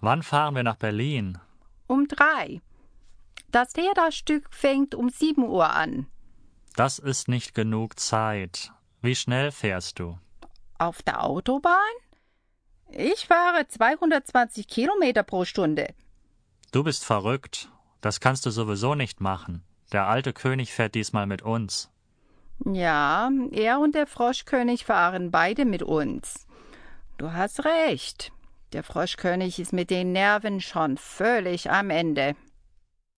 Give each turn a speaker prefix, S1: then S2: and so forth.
S1: Wann fahren wir nach Berlin?
S2: Um drei. Das Theaterstück fängt um sieben Uhr an.
S1: Das ist nicht genug Zeit. Wie schnell fährst du?
S2: Auf der Autobahn? Ich fahre 220 Kilometer pro Stunde.
S1: Du bist verrückt. Das kannst du sowieso nicht machen. Der alte König fährt diesmal mit uns.
S2: Ja, er und der Froschkönig fahren beide mit uns. Du hast recht. Der Froschkönig ist mit den Nerven schon völlig am Ende.